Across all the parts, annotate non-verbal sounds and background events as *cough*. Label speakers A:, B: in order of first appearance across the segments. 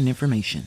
A: information.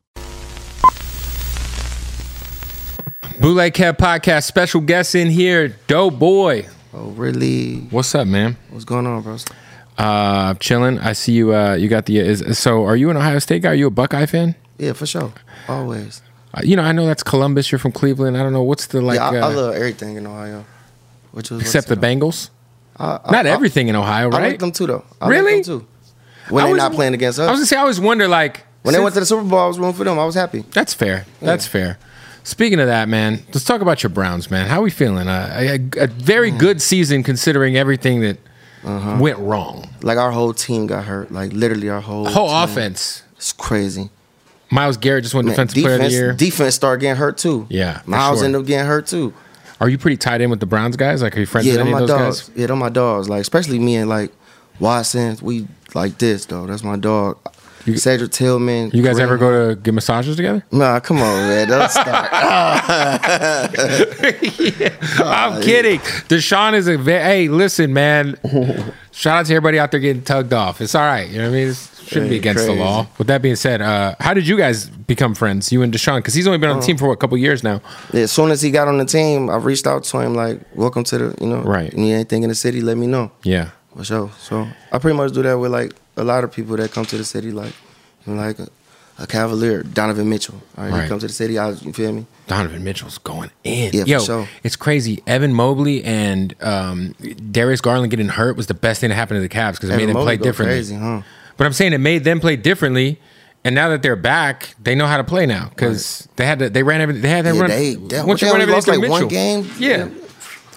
B: Bootleg Cat Podcast special guest in here, Dope Boy.
C: Oh, really?
B: What's up, man?
C: What's going on, bro?
B: Uh, chilling. I see you. Uh, you got the. Is, so, are you an Ohio State guy? Are you a Buckeye fan?
C: Yeah, for sure. Always.
B: Uh, you know, I know that's Columbus. You're from Cleveland. I don't know what's the like.
C: yeah, I,
B: uh,
C: I love everything in Ohio. Which was
B: except the Bengals.
C: I, I-
B: Not
C: I-
B: everything in Ohio,
C: I
B: right?
C: like them too, though. I
B: Really?
C: Like them too. When
B: I
C: they
B: was-
C: not playing against us.
B: I was gonna say. I always wonder like
C: when they
B: since-
C: went to the Super Bowl, I was rooting for them. I was happy.
B: That's fair. That's fair. Speaking of that, man, let's talk about your Browns, man. How we feeling? Uh, a, a- a very
C: Mm.
B: good season considering everything that
C: Uh-huh.
B: went wrong.
C: Like our whole team got hurt. Like literally our whole
B: Whole
C: team.
B: offense.
C: It's crazy.
B: Miles Garrett just won
C: Man,
B: Defensive Player of the Year.
C: defense started getting hurt too.
B: Yeah, for
C: Miles
B: sure.
C: ended up getting hurt too.
B: Are you pretty tied in with the Browns guys? Like, are you friends
C: Yeah,
B: with
C: them
B: any
C: my
B: of those
C: dogs.
B: guys?
C: Yeah, them my dogs. Like especially me and like Watson. We like this though. That's my dog. Cedric Tillman.
B: You guys
C: Kareem
B: ever go to get massages together?
C: Nah, come on, man.
B: *laughs*
C: Don't start.
B: I'm kidding. Deshaun is a ve- hey. Listen,
C: *laughs*
B: man. Shout out to everybody out there getting tugged off. It's all right. You know what I mean? It shouldn't be
C: Hey,
B: against
C: crazy.
B: the law. With that being said, uh, how did you guys become friends? You and Deshaun, because he's only been on
C: Oh.
B: the team for what, a couple years now.
C: as soon as he got on the team, I reached out to him like, "Welcome to the, you know,
B: Right.
C: You need anything in the city? Let me know."
B: Yeah.
C: For sure. So I pretty much do that with like a lot of people that come to the city, like, you know, like a, a Cavalier, Donovan Mitchell. All right,
B: Right.
C: he come to the city. I, you feel me?
B: Donovan Mitchell's going in.
C: Yeah, for
B: Yo,
C: sure.
B: it's crazy. Evan Mobley and um, Darius Garland getting hurt was the best thing that happened to the Cavs because it made
C: Evan
B: them
C: Mobley
B: play
C: go
B: differently.
C: Crazy, huh?
B: But I'm saying it made them play differently. And now that they're back, they know how to play now because they had to, they ran everything. They had to
C: Yeah,
B: run.
C: they- they-
B: once
C: they
B: you run everything
C: only lost,
B: through
C: like, one
B: Mitchell.
C: game?
B: Yeah.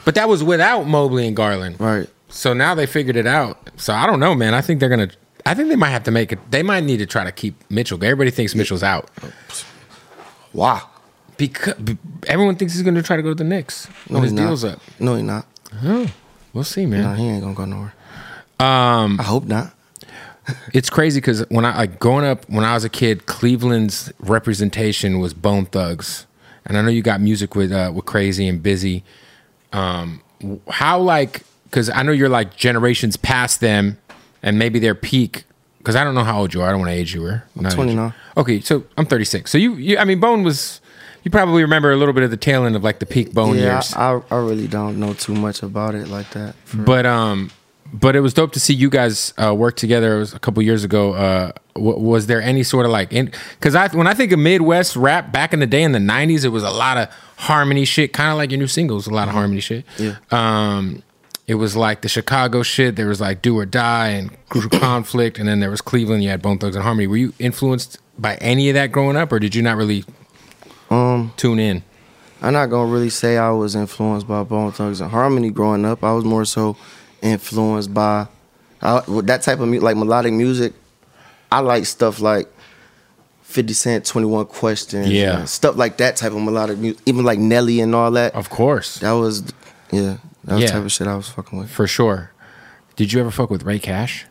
B: But that was without Mobley and Garland.
C: Right.
B: So now they figured it out. So I don't know, man. I think they're gonna. I think they might have to make it. They might need to try to keep Mitchell. Everybody thinks Mitchell's out
C: Wow.
B: because everyone thinks he's gonna try to go to the Knicks when his
C: he not.
B: deal's up.
C: No, he not.
B: We'll see,
C: No,
B: man.
C: he ain't gonna go nowhere. Um, I hope not.
B: It's crazy because when I like growing up, when I was a kid, Cleveland's representation was Bone Thugs, and I know you got music with uh, with Crazy and Busy. Um, w- how like because I know you're like generations past them, and maybe their peak. Because I don't know how old you are. I don't want to age you. Or not age you.
C: 29.
B: Okay, so I'm 36. So you, you, I mean, Bone was. You probably remember a little bit of the tail end of like the peak Bone
C: yeah,
B: years.
C: I, I really don't know too much about it like that.
B: But um, but it was dope to see you guys uh, work together. It was a couple years ago. Uh, w- was there any sort of like, because I when I think of Midwest rap back in the day in the '90s, it was a lot of harmony shit, kind of like your new singles, a lot of harmony shit.
C: Yeah.
B: Um, it was like the Chicago shit. There was like Do or Die and Crucial Conflict, and then there was Cleveland. You had Bone Thugs and Harmony. Were you influenced by any of that growing up, or did you not really
C: Um,
B: tune in?
C: I'm not gonna really say I was influenced by Bone Thugs and Harmony growing up. I was more so influenced by I, with that type of mu- like melodic music. I like stuff like 50 Cent, 21 Questions,
B: Yeah.
C: and stuff like that type of melodic music, even like Nelly and all that.
B: Of course,
C: That was yeah, that was
B: Yeah.
C: the type of shit I was fucking with.
B: for sure. Did you ever fuck with Ray Cash?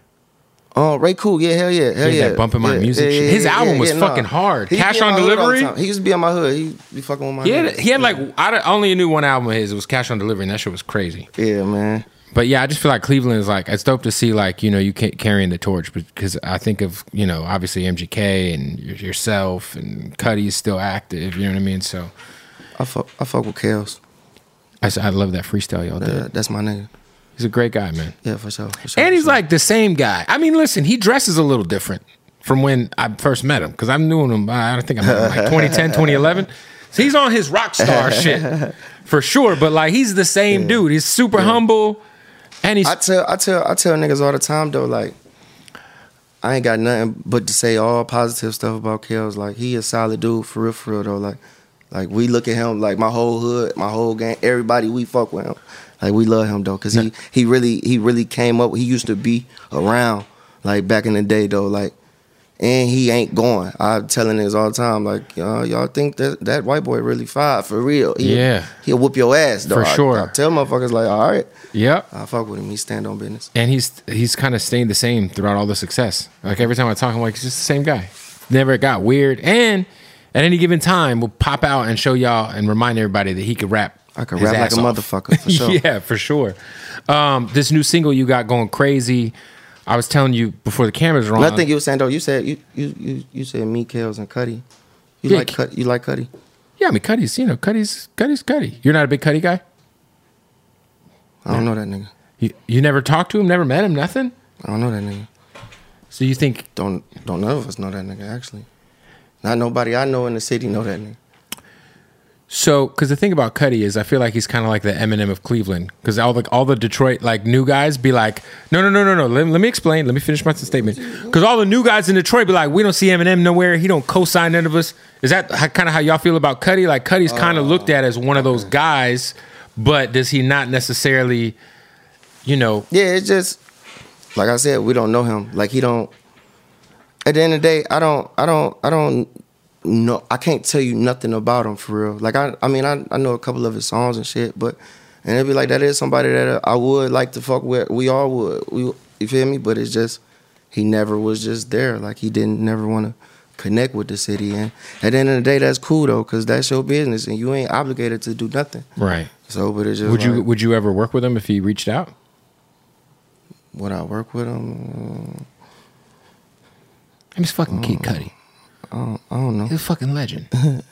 C: Oh, Ray Cool, yeah, hell yeah, hell
B: He
C: yeah.
B: had that Bump in My
C: Yeah,
B: Music shit. His album was fucking hard.
C: He used to
B: Cash
C: be in
B: on
C: my hood all the
B: Delivery?
C: time. He used to be on my hood. He be fucking with my.
B: He had,
C: niggas.
B: he had like I d- only knew one album of his. It was Cash on Delivery, and that shit was crazy.
C: Yeah, man.
B: But yeah, I just feel like Cleveland is like it's dope to see like you know you ca- carrying the torch because I think of you know obviously MGK and y- yourself and Cuddy is still active. You know what I mean? So
C: I fuck, I fuck with Kels.
B: I, s- I love that freestyle y'all
C: That-
B: did.
C: that's my nigga.
B: He's a great guy, man.
C: Yeah, for sure. For sure
B: And
C: for
B: he's
C: sure.
B: like the same guy. I mean, listen, he dresses a little different from when I first met him because I'm doing him. I don't think I met him like 2010,
C: *laughs*
B: 2011. So he's on his rock star shit for sure. But like, he's the same dude. He's super humble, and he's
C: I tell I tell I tell niggas all the time though, like I ain't got nothing but to say all positive stuff about Kels. Like he a solid dude for real, for real though. Like like we look at him like my whole hood, my whole gang, everybody we fuck with him. Like we love him though, cause he he really he really came up. He used to be around like back in the day though, like. And he ain't going. I'm telling niggas all the time, like y'all, y'all think that that white boy really five for real? He-
B: Yeah.
C: he'll whoop your ass though.
B: For
C: I-
B: sure.
C: I tell motherfuckers like, all right,
B: yep.
C: I fuck with him. He stand on business.
B: and he's he's kind of stayed the same throughout all the success. Like every time I talk, I'm like, he's just the same guy. Never got weird. And at any given time, will pop out and show y'all and remind everybody that he could rap.
C: I could
B: his
C: rap like
B: ass
C: a
B: off.
C: motherfucker, *laughs* for sure.
B: *laughs* yeah, for sure. Um, this new single you got going crazy. I was telling you before the cameras were on.
C: Another thing you were saying though, you said you you you, you said me, Kels, and Cuddy. You
B: Yeah,
C: like
B: K-
C: Cud, you like Cuddy?
B: yeah, I mean, Cuddy's, you know, Cuddy's, Cuddy's, Cuddy. You're not a big Cuddy guy?
C: I don't know that nigga.
B: You, you never talked to him, never met him, nothing?
C: I don't know that nigga.
B: So you think
C: Don't don't none of us know that nigga actually. Not nobody I know in the city know that nigga.
B: So, because the thing about Cuddy is, I feel like he's kind of like the Eminem of Cleveland. Because all the all the Detroit like new guys be like, no, no, no, no, no. Let, let me explain. Let me finish my statement. Because all the new guys in Detroit be like, we don't see Eminem nowhere. He don't co-sign none of us. Is that kind of how y'all feel about Cuddy? Like Cuddy's kind of looked at as one of those guys, but does he not necessarily, you know?
C: Yeah, it's just like I said, we don't know him. Like he don't. At the end of the day, I don't, I don't, I don't know. I can't tell you nothing about him for real. Like I, I mean, I, I know a couple of his songs and shit, but and it'd be like that is somebody that I would like to fuck with. We all would. We, you feel me? But it's just he never was just there. Like he didn't never want to connect with the city. And at the end of the day, that's cool though, cause that's your business, and you ain't obligated to do nothing.
B: Right.
C: So, but it's just
B: Would you
C: like,
B: Would you ever work with him if he reached out?
C: would I work with him?
B: I'm just fucking Kid Cuddy.
C: I don't know.
B: He's a fucking legend. *laughs*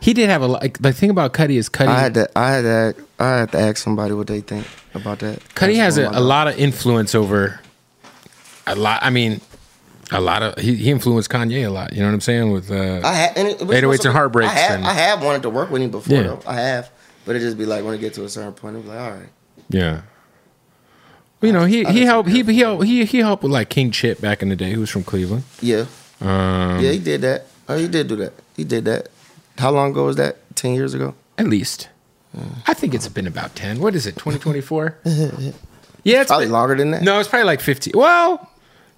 B: he did have a like. The thing about Cuddy is Cuddy.
C: I had to, I had to, ask, I had to ask somebody what they think about that.
B: Cuddy
C: That's
B: has a,
C: one of my
B: a lot of influence over a lot. I mean, a lot of he, he influenced Kanye a lot. You know what I'm saying? With uh,
C: I had and it, it was
B: 808s and Heartbreaks
C: I have,
B: and-
C: I have wanted to work with him before.
B: Yeah.
C: Though. I have, but it just be like when it get to a certain point, it be like, all right,
B: yeah. You know, he,
C: I
B: he
C: just-
B: helped he, he helped he, he helped with like King Chip back in the day, who was from Cleveland.
C: yeah,
B: Um,
C: yeah, he did that. Oh, he did do that. He did that. How long ago was that? Ten years ago.
B: At least.
C: Mm.
B: I think it's been about ten. What is it, twenty twenty
C: *laughs*
B: four? Yeah, it's
C: Probably
B: been-
C: longer than that.
B: No, it's probably like fifteen. Well,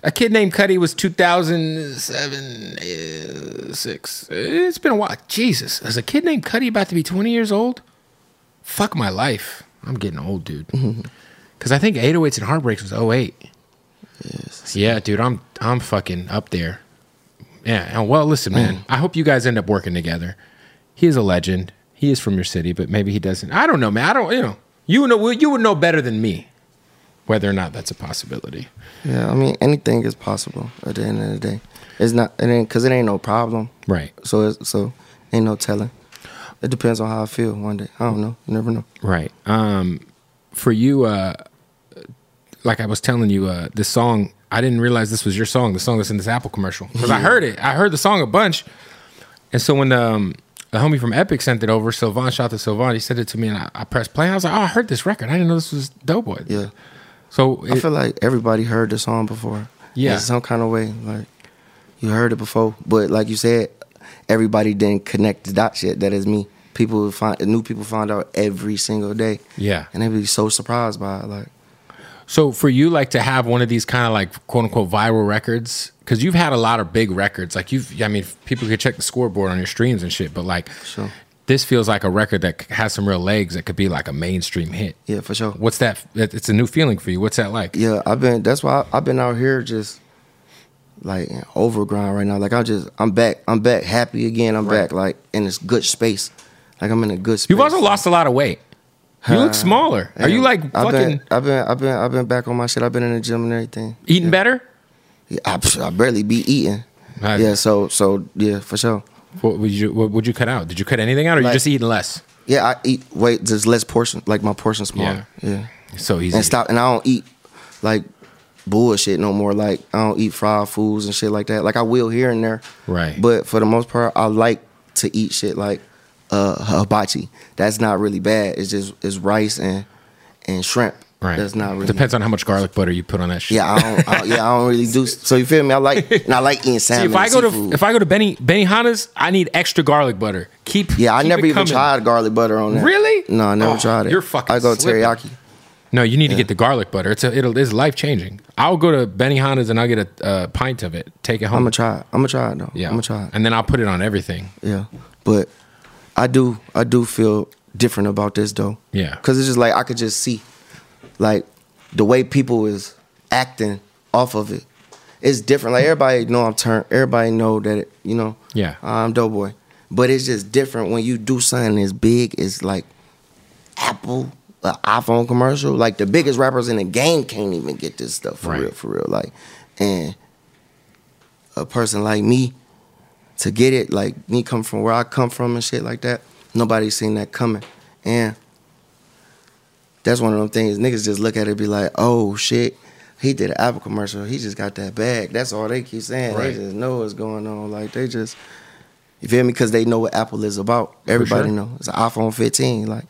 B: a kid named Cuddy was two thousand seven uh, six. It's been a while. Jesus, is a kid named Cuddy about to be twenty years old? Fuck my life. I'm getting old, dude. Because I think 808s and Heartbreaks was 08. Yeah, dude, I'm I'm fucking up there. Yeah. and Well, listen, man. I hope you guys end up working together. He is a legend. He is from your city, but maybe he doesn't. I don't know, man. I don't. You know, you know, you would know better than me whether or not that's a possibility.
C: Yeah, I mean anything is possible. At the end of the day, it's not. It ain't because it ain't no problem.
B: Right.
C: So it's, so ain't no telling. It depends on how I feel one day. I don't know. You never know.
B: Right. Um, for you, uh, like I was telling you, uh, this song, I didn't realize this was your song, the song that's in this Apple commercial. Because I heard it. I heard the song a bunch. And so when um, the homie from Epic sent it over, Sylvan, shout out to Sylvan, he sent it to me and I, I pressed play. I was like, oh, I heard this record. I didn't know this was Doughboy.
C: Yeah.
B: So
C: I
B: it-
C: feel like everybody heard the song before.
B: Yeah.
C: In some kind of way. Like you heard it before. But like you said, everybody didn't connect the dots yet. That is me. People would find new people find out every single day.
B: Yeah.
C: And they be so surprised by it. Like
B: So for you, like to have one of these kind of like quote unquote viral records, because you've had a lot of big records. Like you've, I mean, people could check the scoreboard on your streams and shit. But like,
C: Sure.
B: this feels like a record that has some real legs that could be like a mainstream hit.
C: Yeah, for sure.
B: What's that? that- It's a new feeling for you. What's that like?
C: Yeah, I've been. That's why I, I've been out here just like in overground right now. Like I just, I'm back. I'm back happy again. I'm back like in this good space. Like I'm in a good space.
B: You've also lost a lot of weight. You
C: Uh,
B: look smaller. Are you
C: And
B: like fucking
C: I've Been, I've been, I've been, I've been back on my shit. I've been in the gym and everything.
B: eating better?
C: Yeah, I, I barely be eating.
B: Nice.
C: Yeah, so, so yeah, for sure.
B: What would you What would you cut out? Did you cut anything out, or you
C: Like-
B: just eating less?
C: Yeah, I eat weight just less portion, like my portion smaller.
B: Yeah.
C: Yeah.
B: So easy.
C: And stop and I don't eat like bullshit no more. Like I don't eat fried foods and shit like that. Like I will here and there.
B: Right.
C: But for the most part, I like to eat shit like uh hibachi. That's not really bad. It's just it's rice and and shrimp.
B: Right.
C: That's not really
B: Depends on how much garlic butter you put on that shit.
C: Yeah, I don't I, yeah, I don't really do so you feel me? I like and I like
B: *laughs*
C: eating
B: See,
C: salmon.
B: if I
C: and
B: go to
C: seafood.
B: if I go to Benny Benny Hanna's, I need extra garlic butter. Keep
C: yeah, I
B: keep
C: never
B: it
C: even
B: coming.
C: tried garlic butter on that.
B: Really?
C: No, I never
B: Oh,
C: tried it.
B: you're fucking
C: I go
B: slipping.
C: teriyaki.
B: No, you need to get the garlic butter. It's a, it'll it's life changing. I'll go to Benny Hanna's and I'll get a uh, pint of it. Take it home.
C: I'm gonna try it. I'm gonna try it though.
B: Yeah,
C: I'm gonna try it.
B: and then I'll put it on everything.
C: Yeah, but I do I do feel different about this though.
B: Yeah.
C: because it's just like I could just see, like the way people is acting off of it. It's different. Like everybody know I'm turned. Everybody know that it, you know.
B: Yeah.
C: I'm Doughboy, but it's just different when you do something as big as like Apple. An iPhone commercial, like the biggest rappers in the game can't even get this stuff for
B: Right.
C: real, for real. Like, and a person like me, to get it, like me come from where I come from and shit like that, nobody seen that coming. And that's one of them things niggas just look at it and be like, oh shit, he did an Apple commercial, he just got that bag. That's all they keep saying.
B: Right.
C: They just know what's going on. Like they just you feel me? Cause they know what Apple is about. Everybody
B: sure.
C: know. It's an iPhone 15. Like,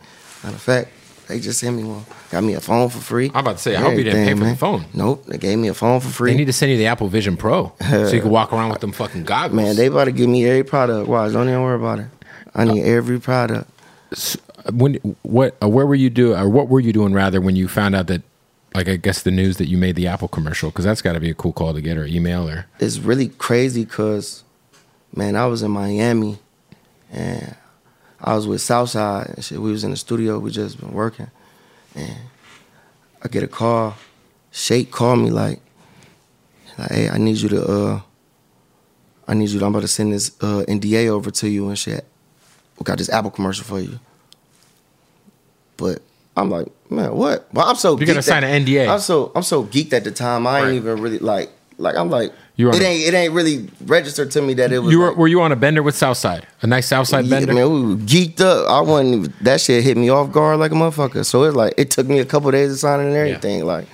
C: matter of fact, they just sent me one. Got me a phone for free.
B: I'm about to say, I hope you didn't pay
C: Everything,
B: for the phone.
C: man. Nope. They gave me a phone for free.
B: They need to send you the Apple Vision Pro so you can walk around with them fucking goggles.
C: Man, they about to give me every product. Watch, don't even worry about it. I need
B: Uh,
C: every product.
B: when what uh, where were you do or what were you doing rather when you found out that like I guess the news that you made the Apple commercial because that's got to be a cool call to get or email or
C: It's really crazy because, man, I was in Miami and I was with Southside and shit. We was in the studio. We just been working. And I get a call. Shake called me like, like, hey, I need you to, uh, I need you to, I'm about to send this uh, NDA over to you and shit. We got this Apple commercial for you. But I'm like, man, what? Well, I'm so
B: You gotta
C: geeked
B: sign
C: at-
B: an NDA.
C: I'm so I'm so geeked at the time. I
B: Right.
C: ain't even really like like I'm like
B: You were
C: it
B: on a-
C: ain't it ain't really registered to me that it was
B: you were
C: like,
B: were you on a bender with Southside a nice Southside
C: yeah,
B: bender
C: man, we were geeked up. I wasn't even- that shit hit me off guard like a motherfucker. So it's like it took me a couple days to sign it and everything. Like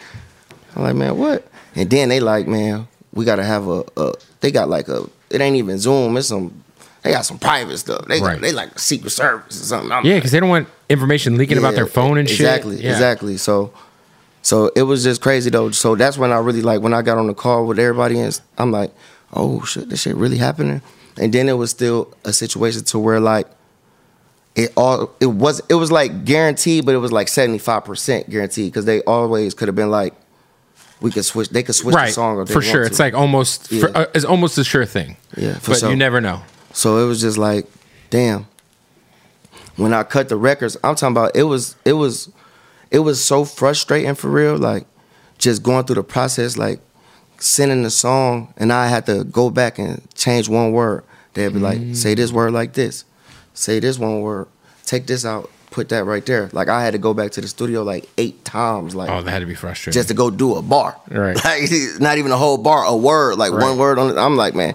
C: I'm like, man, what? And then they like, man, we gotta have a, a they got like a it ain't even Zoom, it's some they got some private stuff. They
B: Right.
C: they like Secret Service or something. I'm
B: yeah
C: like,
B: because they don't want information leaking about their
C: yeah,
B: phone and
C: exactly,
B: shit
C: Exactly, exactly. So, so it was just crazy though. So that's when I really like when I got on the call with everybody and I'm like, oh shit, this shit really happening. And then it was still a situation to where like it all it was it was like guaranteed, but it was like seventy five percent guaranteed because they always could have been like, we could switch. They could switch
B: right
C: the song if they
B: for
C: want
B: sure
C: to.
B: it's like almost for,
C: Yeah.
B: uh, it's almost a sure thing
C: Yeah, for
B: but
C: sure.
B: you never know
C: So it was just like, damn. When I cut the records, I'm talking about it was it was it was so frustrating for real. Like just going through the process, like sending the song, and I had to go back and change one word. They'd be like, say this word like this, say this one word, take this out, put that right there. Like I had to go back to the studio like eight times. Like
B: oh that had to be frustrating
C: just to go do a bar.
B: Right.
C: *laughs* Like not even a whole bar, a word, like
B: Right.
C: one word on it. I'm like, man,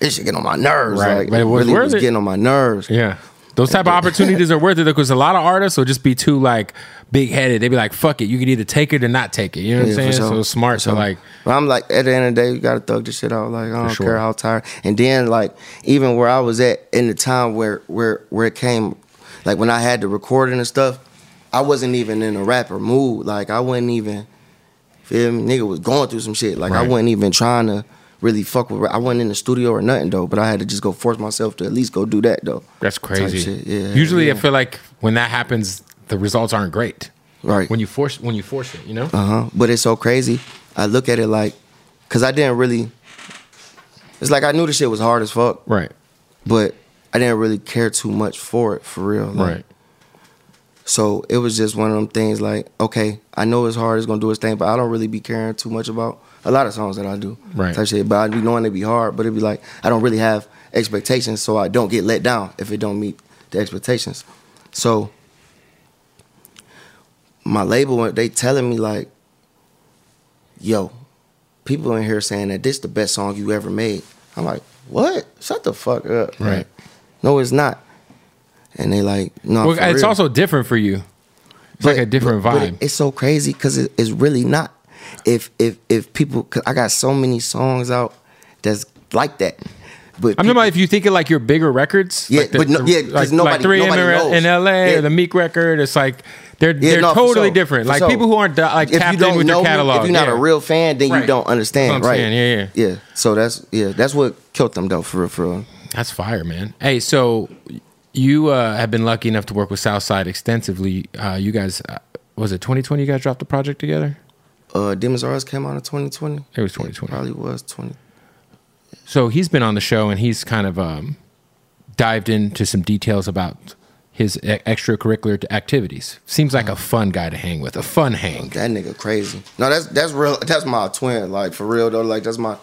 C: this should get on my nerves.
B: Right.
C: Like
B: But
C: it
B: it was
C: really
B: worth
C: was
B: it.
C: getting on my nerves.
B: Yeah. Those type of opportunities are worth it because a lot of artists will just be too like big headed. They be like, "Fuck it, you can either take it or not take it." You know what I'm
C: Yeah, for
B: saying?
C: sure.
B: So it's smart.
C: For
B: So
C: sure.
B: like,
C: But I'm like, at the end of the day, you gotta thug this shit out. Like, I don't
B: sure.
C: care how tired. And then like, even where I was at in the time where where where it came, like when I had the recording and stuff, I wasn't even in a rapper mood. Like I wasn't even, feel me? Nigga was going through some shit. Like I
B: Right.
C: wasn't even trying to really fuck with. I wasn't in the studio or nothing though. But I had to just go force myself to at least go do that though.
B: that's
C: Type
B: crazy.
C: shit. Yeah.
B: Usually,
C: yeah.
B: I feel like when that happens, the results aren't great.
C: right
B: When you force, when you force it, you know.
C: Uh huh. But it's so crazy. I look at it like, cause I didn't really. It's like I knew the shit was hard as fuck,
B: Right.
C: but I didn't really care too much for it for real. Like,
B: Right.
C: So it was just one of them things like, okay, I know it's hard, it's gonna do its thing, but I don't really be caring too much about a lot of songs that I do.
B: Right.
C: Type shit. But I be knowing it be hard, but it'd be like I don't really have expectations, so I don't get let down if it don't meet the expectations. So my label they telling me like, yo, people in here saying that this the best song you ever made. I'm like, what? Shut the fuck up.
B: Right.
C: No, it's not. And they like, no.
B: Well,
C: for
B: it's
C: real."
B: also different for you. It's like a different
C: but- but
B: vibe.
C: it- it's so crazy because it, it's really not. If if if people, cause I got so many songs out that's like that. But
B: I'm talking
C: people-
B: about if you think of like your bigger records,
C: Yeah,
B: like the,
C: but no- yeah, 'cause
B: like, like
C: nobody-
B: 3M
C: nobody knows.
B: in, in LA
C: Yeah.
B: or the Meek record. It's like they're
C: Yeah,
B: they're
C: no, for
B: totally
C: sure.
B: different.
C: For
B: Like
C: sure.
B: people who aren't like
C: if
B: tapped
C: you don't
B: in with
C: know
B: your
C: me,
B: catalog.
C: if you're not
B: yeah.
C: a real fan, then
B: Right.
C: you don't understand,
B: That's what I'm
C: right?
B: saying, yeah,
C: yeah. So that's yeah, that's what killed them though, for real, for real.
B: That's fire, man. Hey, so you uh, have been lucky enough to work with Southside extensively. Uh, you guys, uh, was it 2020? You guys dropped the project together?
C: Uh, Demons Ours came out in 2020.
B: It was 2020.
C: Probably was 20.
B: So he's been on the show and he's kind of um, dived into some details about his e- extracurricular activities. Seems like a fun guy to hang with, a fun hang.
C: That nigga crazy. No, that's that's real. That's my twin. Like for real though. Like that's my.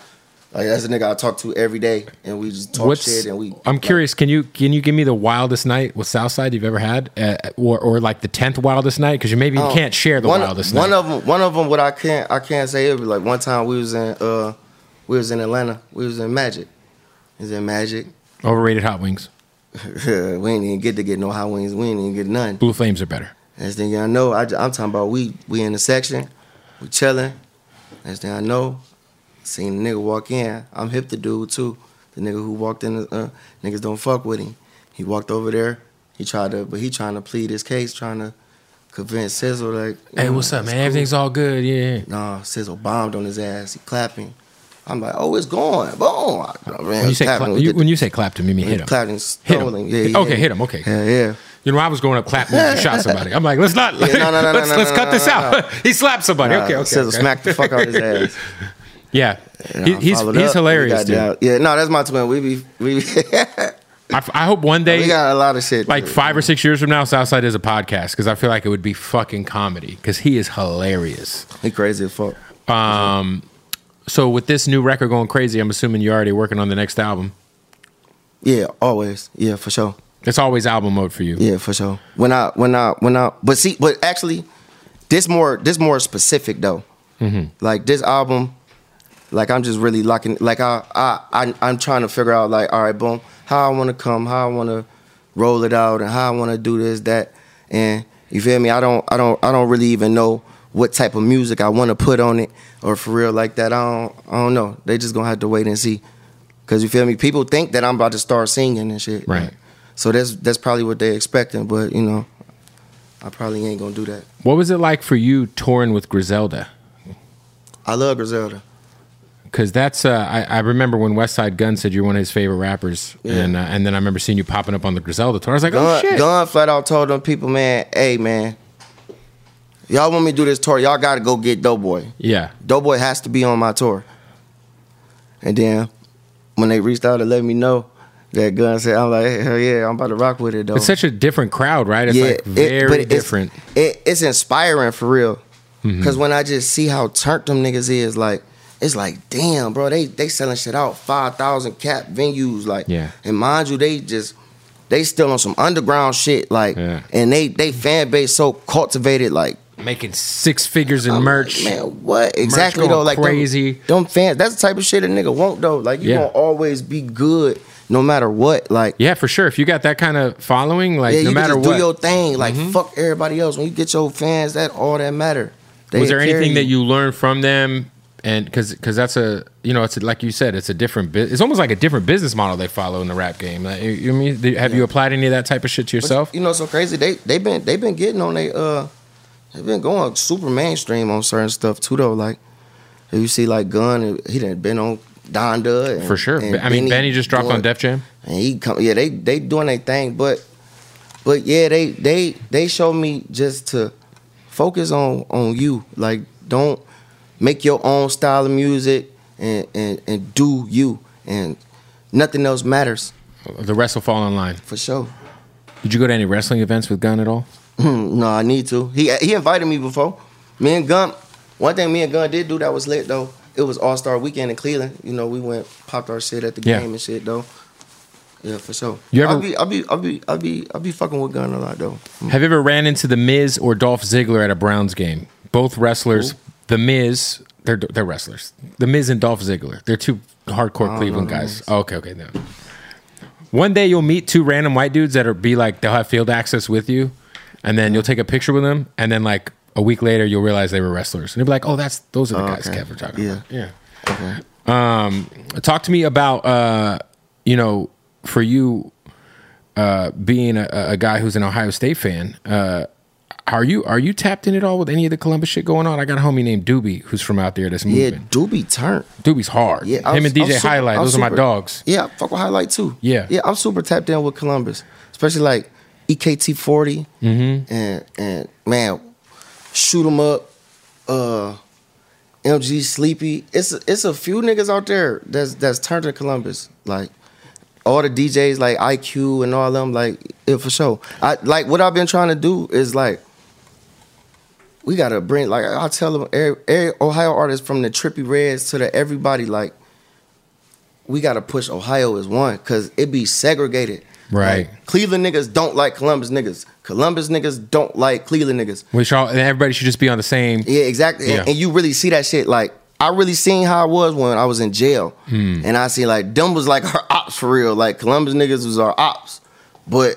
C: Like that's the nigga I talk to every day, and we just talk shit, and we.
B: I'm curious. Can you can you give me the wildest night with Southside you've ever had, uh, or or like the tenth wildest night? Because you maybe you can't share the
C: Oh, one,
B: wildest
C: One
B: night.
C: of them, one of them. What I can't, I can't say. It was like one time we was in, uh, we was in Atlanta. We was in Magic. We was in Magic. *laughs*
B: Overrated hot wings.
C: we ain't even get to get no high wings. We ain't even get none.
B: Blue flames are better.
C: Next thing I know, I, am talking about we we in the section, we chilling. Next thing I know, seen the nigga walk in. I'm hip to dude too. The nigga who walked in, uh, niggas don't fuck with him. He walked over there. He tried to, but he trying to plead his case, trying to convince Sizzle like, you
B: Hey,
C: know,
B: what's up,
C: it's
B: man?
C: cool.
B: Everything's all good. Yeah.
C: Nah, Sizzle bombed on his ass. He clapping. I'm like, oh, it's going. Boom. I, I ran,
B: When you say
C: clapping.
B: clap,
C: We
B: you,
C: did the-
B: when you say clap to me, you mean hit him.
C: clapping,
B: Hit him.
C: stolen. Yeah, yeah,
B: okay,
C: yeah.
B: hit him. Okay.
C: Yeah, yeah.
B: You know, I was going up clapping
C: *laughs*
B: when you shot somebody. I'm like, let's not.
C: Yeah, no, no, no, no,
B: let's
C: no,
B: let's
C: no,
B: cut
C: no,
B: this
C: no,
B: out. *laughs* he slapped somebody.
C: Nah,
B: okay, okay.
C: Sizzle
B: okay.
C: smacked the fuck
B: *laughs*
C: out his ass.
B: Yeah,
C: And
B: he,
C: I
B: he's
C: followed
B: he's
C: up, and we
B: hilarious,
C: got
B: dude. I,
C: down. Yeah, no, that's my twin. We be we, be- *laughs*
B: f- I hope one
C: we
B: day,
C: got a lot of shit.
B: like five or six years from now, Southside is a podcast because I feel like it would be fucking comedy because he is hilarious.
C: he crazy as fuck.
B: Um, So with this new record going crazy, I'm assuming you're already working on the next album.
C: Yeah, always. Yeah, for sure.
B: It's always album mode for you.
C: Yeah, for sure. When I when I when I but see but actually this more this more specific though.
B: Mm-hmm.
C: Like this album, like I'm just really locking. Like I I, I I'm trying to figure out like all right, boom, how I want to come, how I want to roll it out, and how I want to do this that. And you feel me? I don't I don't I don't really even know what type of music I want to put on it or for real like that. I don't I don't know. They just gonna have to wait and see. Cause you feel me? People think that I'm about to start singing and shit.
B: Right.
C: So that's that's probably what they expecting, but you know, I probably ain't gonna do that.
B: What was it like for you touring with Griselda?
C: I love Griselda.
B: Because that's uh, I, I remember when Westside Gun said you're one of his favorite rappers, and uh, and then I remember seeing you popping up on the Griselda tour. I was like, oh
C: Gun,
B: shit,
C: Gun flat out told them people, man, hey man, y'all want me to do this tour, y'all gotta go get Doughboy.
B: yeah,
C: Doughboy has to be on my tour. And then when they reached out and let me know that Gun said, I'm like, hell yeah, I'm about to rock with it though.
B: It's such a different crowd, right? It's like
C: it- but
B: very
C: it's-
B: different. Mm-hmm.
C: It, it's inspiring for real. Cause when I just see how turned them niggas is, like it's like damn, bro. They they selling shit out five thousand cap venues, like
B: Yeah.
C: And mind you, they just they still on some underground shit, like
B: Yeah.
C: and they they fan base so cultivated, like
B: Making six figures in
C: I'm
B: merch.
C: like, man, what exactly
B: going
C: though? Like them-
B: crazy.
C: Them, fans. That's the type of shit a nigga won't though. Like you
B: Yeah.
C: gonna always be good no matter what. Like
B: yeah, for sure. If you got that kind of following, like
C: yeah,
B: no
C: you can
B: matter
C: just
B: what, Mm-hmm.
C: do your thing. Like fuck everybody else. When you get your fans, that all that matter. They
B: was there
C: carry
B: anything that you learned from them? And because that's a you know it's a, like you said it's a different bu- it's almost like a different business model they follow in the rap game. Like, you, you mean do- have you applied any of that type of shit to
C: But
B: yourself?
C: You know, so crazy. They they been they been getting on they uh they've been going super mainstream on certain stuff too though. Like if you see like Gun, he done been on Donda and,
B: for sure.
C: and
B: I mean, Benny, just dropped on
C: doing-
B: Def Jam.
C: and he come yeah they they doing their thing but but yeah they they they show me just to focus on on you like don't make your own style of music and and, and do you and nothing else matters
B: The rest will fall in line.
C: for sure.
B: Did you go to any wrestling events with Gunn at all?
C: *clears throat* No, I need to. He he invited me before. Me and Gun. One thing me and Gun did do that was lit though. It was All Star Weekend in Cleveland. You know, we went popped our shit at the
B: Yeah.
C: game and shit though. Yeah, for sure.
B: You ever-
C: I'll be I'll be I'll be I'll be I'll be fucking with Gun a lot though.
B: Mm. Have you ever ran into The Miz or Dolph Ziggler at a Browns game? Both wrestlers, The Miz, they're they're wrestlers. The Miz and Dolph Ziggler, they're two hardcore Cleveland guys. Oh, okay, okay, no. One day you'll meet two random white dudes that are be like they'll have field access with you, and then you'll take a picture with them, and then like a week later you'll realize they were wrestlers, and they'll be like, "Oh, that's those are the guys
C: okay.
B: Kev we're talking about."
C: Yeah.
B: Yeah. Um, talk to me about uh, you know, for you uh, being a, a guy who's an Ohio State fan, uh, are you are you tapped in at all with any of the Columbus shit going on? I got a homie named Doobie who's from out there that's
C: Yeah,
B: moving.
C: Doobie turn.
B: Doobie's hard.
C: Yeah,
B: him and DJ
C: super-
B: Highlight,
C: I'm
B: those are my
C: super-
B: dogs.
C: Yeah, I fuck with Highlight too.
B: Yeah.
C: yeah, I'm super tapped in with Columbus, especially like E EKT 40 mm-hmm. and and man, shoot 'em up, uh, MG Sleepy. It's it's a few niggas out there that's that's turned to Columbus. Like all the DJs like IQ and all them like yeah, for sure. I like what I've been trying to do is like we gotta bring like I tell them every, every Ohio artist from the Trippy Reds to the everybody like we gotta push Ohio as one because it be segregated.
B: Right.
C: Like, Cleveland niggas don't like Columbus niggas. Columbus niggas don't like Cleveland niggas.
B: Which all and everybody should just be on the same.
C: Yeah, exactly. And-
B: Yeah.
C: And, you really see that shit. Like I really seen how I was when I was in jail,
B: Hmm.
C: and I see like them was like our ops for real. Like Columbus niggas was our ops, but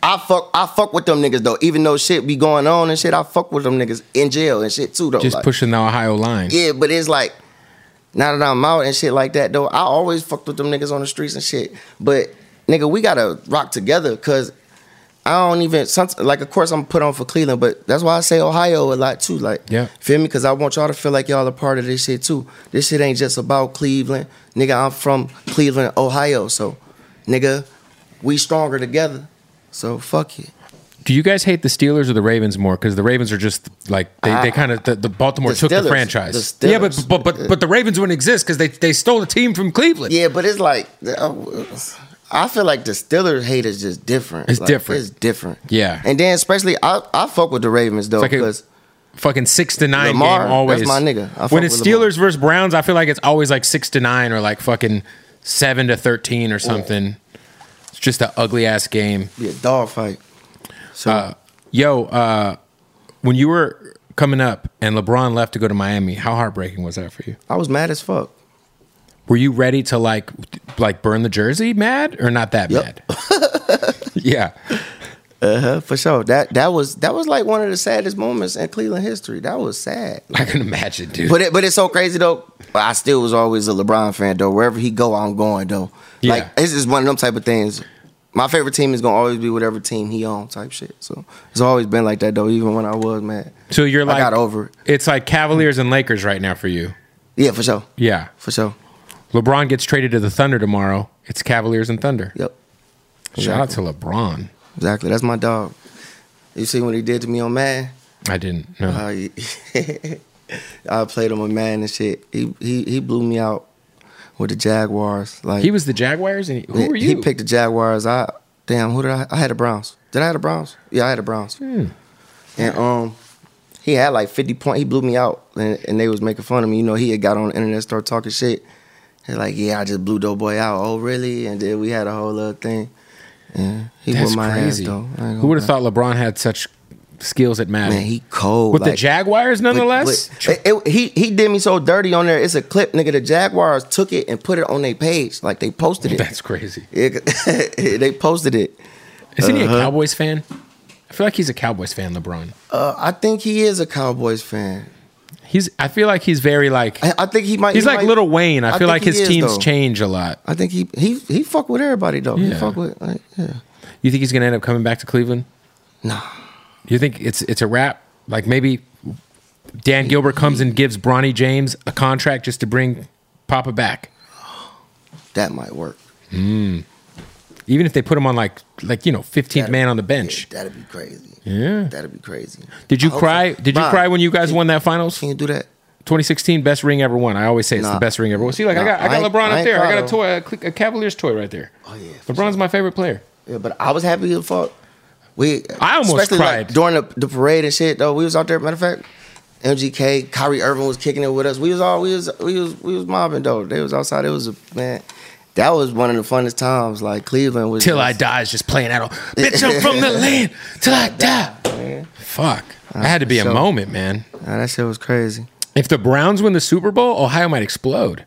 C: I fuck I fuck with them niggas though. Even though shit be going on and shit, I fuck with them niggas in jail and shit too though.
B: Just
C: Like,
B: pushing the Ohio line.
C: Yeah, but it's like now that I'm out and shit like that though, I always fucked with them niggas on the streets and shit. But nigga, we gotta rock together because. I don't even some, like. Of course, I'm put on for Cleveland, but that's why I say Ohio a lot too. Like,
B: Yeah.
C: feel me? Because I want y'all to feel like y'all a part of this shit too. This shit ain't just about Cleveland, nigga. I'm from Cleveland, Ohio, so nigga, we stronger together. So fuck it.
B: Do you guys hate the Steelers or the Ravens more? Because the Ravens are just like they, they kind of the, the Baltimore
C: Ah, The
B: took the
C: Steelers.
B: franchise.
C: The
B: yeah, but
C: Steelers.
B: but but but the Ravens wouldn't exist because they they stole the team from Cleveland.
C: Yeah, but it's like I feel like the Steelers hate is just different.
B: It's
C: Like,
B: different.
C: It's different.
B: Yeah.
C: And then especially I I fuck with the Ravens though
B: like a
C: because
B: fucking six to nine
C: Lamar,
B: game always.
C: that's my nigga. I fuck
B: when it's
C: with Lamar.
B: Steelers versus Browns, I feel like it's always like six to nine or like fucking seven to thirteen or something. It's just an ugly ass game.
C: be a dog fight. So
B: Yo, uh, when you were coming up and LeBron left to go to Miami, how heartbreaking was that for you?
C: I was mad as fuck.
B: Were you ready to like like burn the jersey mad or not that
C: Yep.
B: mad? *laughs* yeah.
C: Uh, for sure. That that was that was like one of the saddest moments in Cleveland history. That was sad.
B: I can imagine, dude.
C: But it, but it's so crazy though. But I still was always a LeBron fan though. Wherever he go, I'm going though.
B: Yeah.
C: Like it's just one of them type of things. My favorite team is gonna always be whatever team he on type shit. So it's always been like that though. Even when I was mad.
B: so you're like
C: I got over it.
B: It's like Cavaliers and Lakers right now for you.
C: Yeah, for sure.
B: Yeah.
C: For sure.
B: LeBron gets traded to the Thunder tomorrow. It's Cavaliers and Thunder.
C: Yep.
B: Shout out to LeBron.
C: Exactly. That's my dog. You see what he did to me on Madden?
B: I didn't know.
C: How *laughs* he- I played him on Madden and shit. He he he blew me out with the Jaguars. Like
B: he was the Jaguars, and he, who
C: Yeah,
B: were you?
C: He picked the Jaguars. I damn. Who did I? I had the Browns. Did I have the Browns? Yeah, I had the Browns.
B: Hmm.
C: And um, he had like fifty point. He blew me out, and, and they was making fun of me. You know, he had got on the internet, started talking shit. They're like, yeah, I just blew Dope Boy out. Oh, really? And then we had a whole other thing. Yeah, he
B: That's
C: whooped my
B: crazy.
C: ass though. I ain't gonna
B: Who would have
C: lie.
B: thought LeBron had such skills at Madden?
C: Man, he cold
B: with the
C: like-
B: Jaguars,
C: But-
B: nonetheless.
C: but it- it- he he did me so dirty on there. It's a clip, nigga. The Jaguars took it and put it on their page, like they posted
B: *laughs*
C: it.
B: That's crazy.
C: *laughs* Yeah, they posted it.
B: Isn't he a
C: Uh-huh.
B: Cowboys fan? I feel like he's a Cowboys fan. LeBron.
C: Uh, I think he is a Cowboys fan.
B: He's. I feel like he's very like.
C: I, I think he might.
B: He's
C: he
B: like
C: might-
B: Little Wayne. I, feel
C: think
B: like
C: he
B: his
C: is,
B: teams
C: though.
B: change a lot.
C: I think he he he fuck with everybody though. He
B: Yeah.
C: fuck with like, yeah.
B: You think he's gonna end up coming back to Cleveland?
C: Nah.
B: You think it's it's a wrap? Like maybe Dan Gilbert comes and gives Bronny James a contract just to bring Papa back.
C: That might work.
B: Even if they put him on like like you know 15th man on the
C: Yeah,
B: bench.
C: that'd be crazy.
B: Yeah.
C: That'd be crazy.
B: Did you
C: I hope
B: cry?
C: so.
B: Did you
C: Bruh,
B: cry when you guys
C: can-
B: won that finals?
C: Can you do that?
B: 2016 best ring ever won. I always say it's
C: Nah.
B: the best ring ever. won. See, like I
C: Nah,
B: got I
C: I
B: got
C: ain't-
B: LeBron
C: I
B: up
C: ain't
B: there. I
C: proud
B: got a
C: of
B: toy, a, Cle- a Cavaliers toy right there. Oh yeah, LeBron's my favorite player.
C: Yeah, but I was happy as fuck. We
B: I almost
C: especially, like,
B: cried.
C: during the, the parade and shit. Though we was out there. Matter of fact, MGK, Kyrie Irving was kicking it with us. We was all we was we was we was mobbing though. They was outside. It was a man. That was one of the funnest times. Like Cleveland was.
B: Till I
C: just-
B: die is just playing out. on- Bitch, I'm from *laughs* the land till I die. Fuck, that had to be a
C: Ah, so-
B: moment, man.
C: Nah, that shit was crazy.
B: If the Browns win the Super Bowl, Ohio might explode.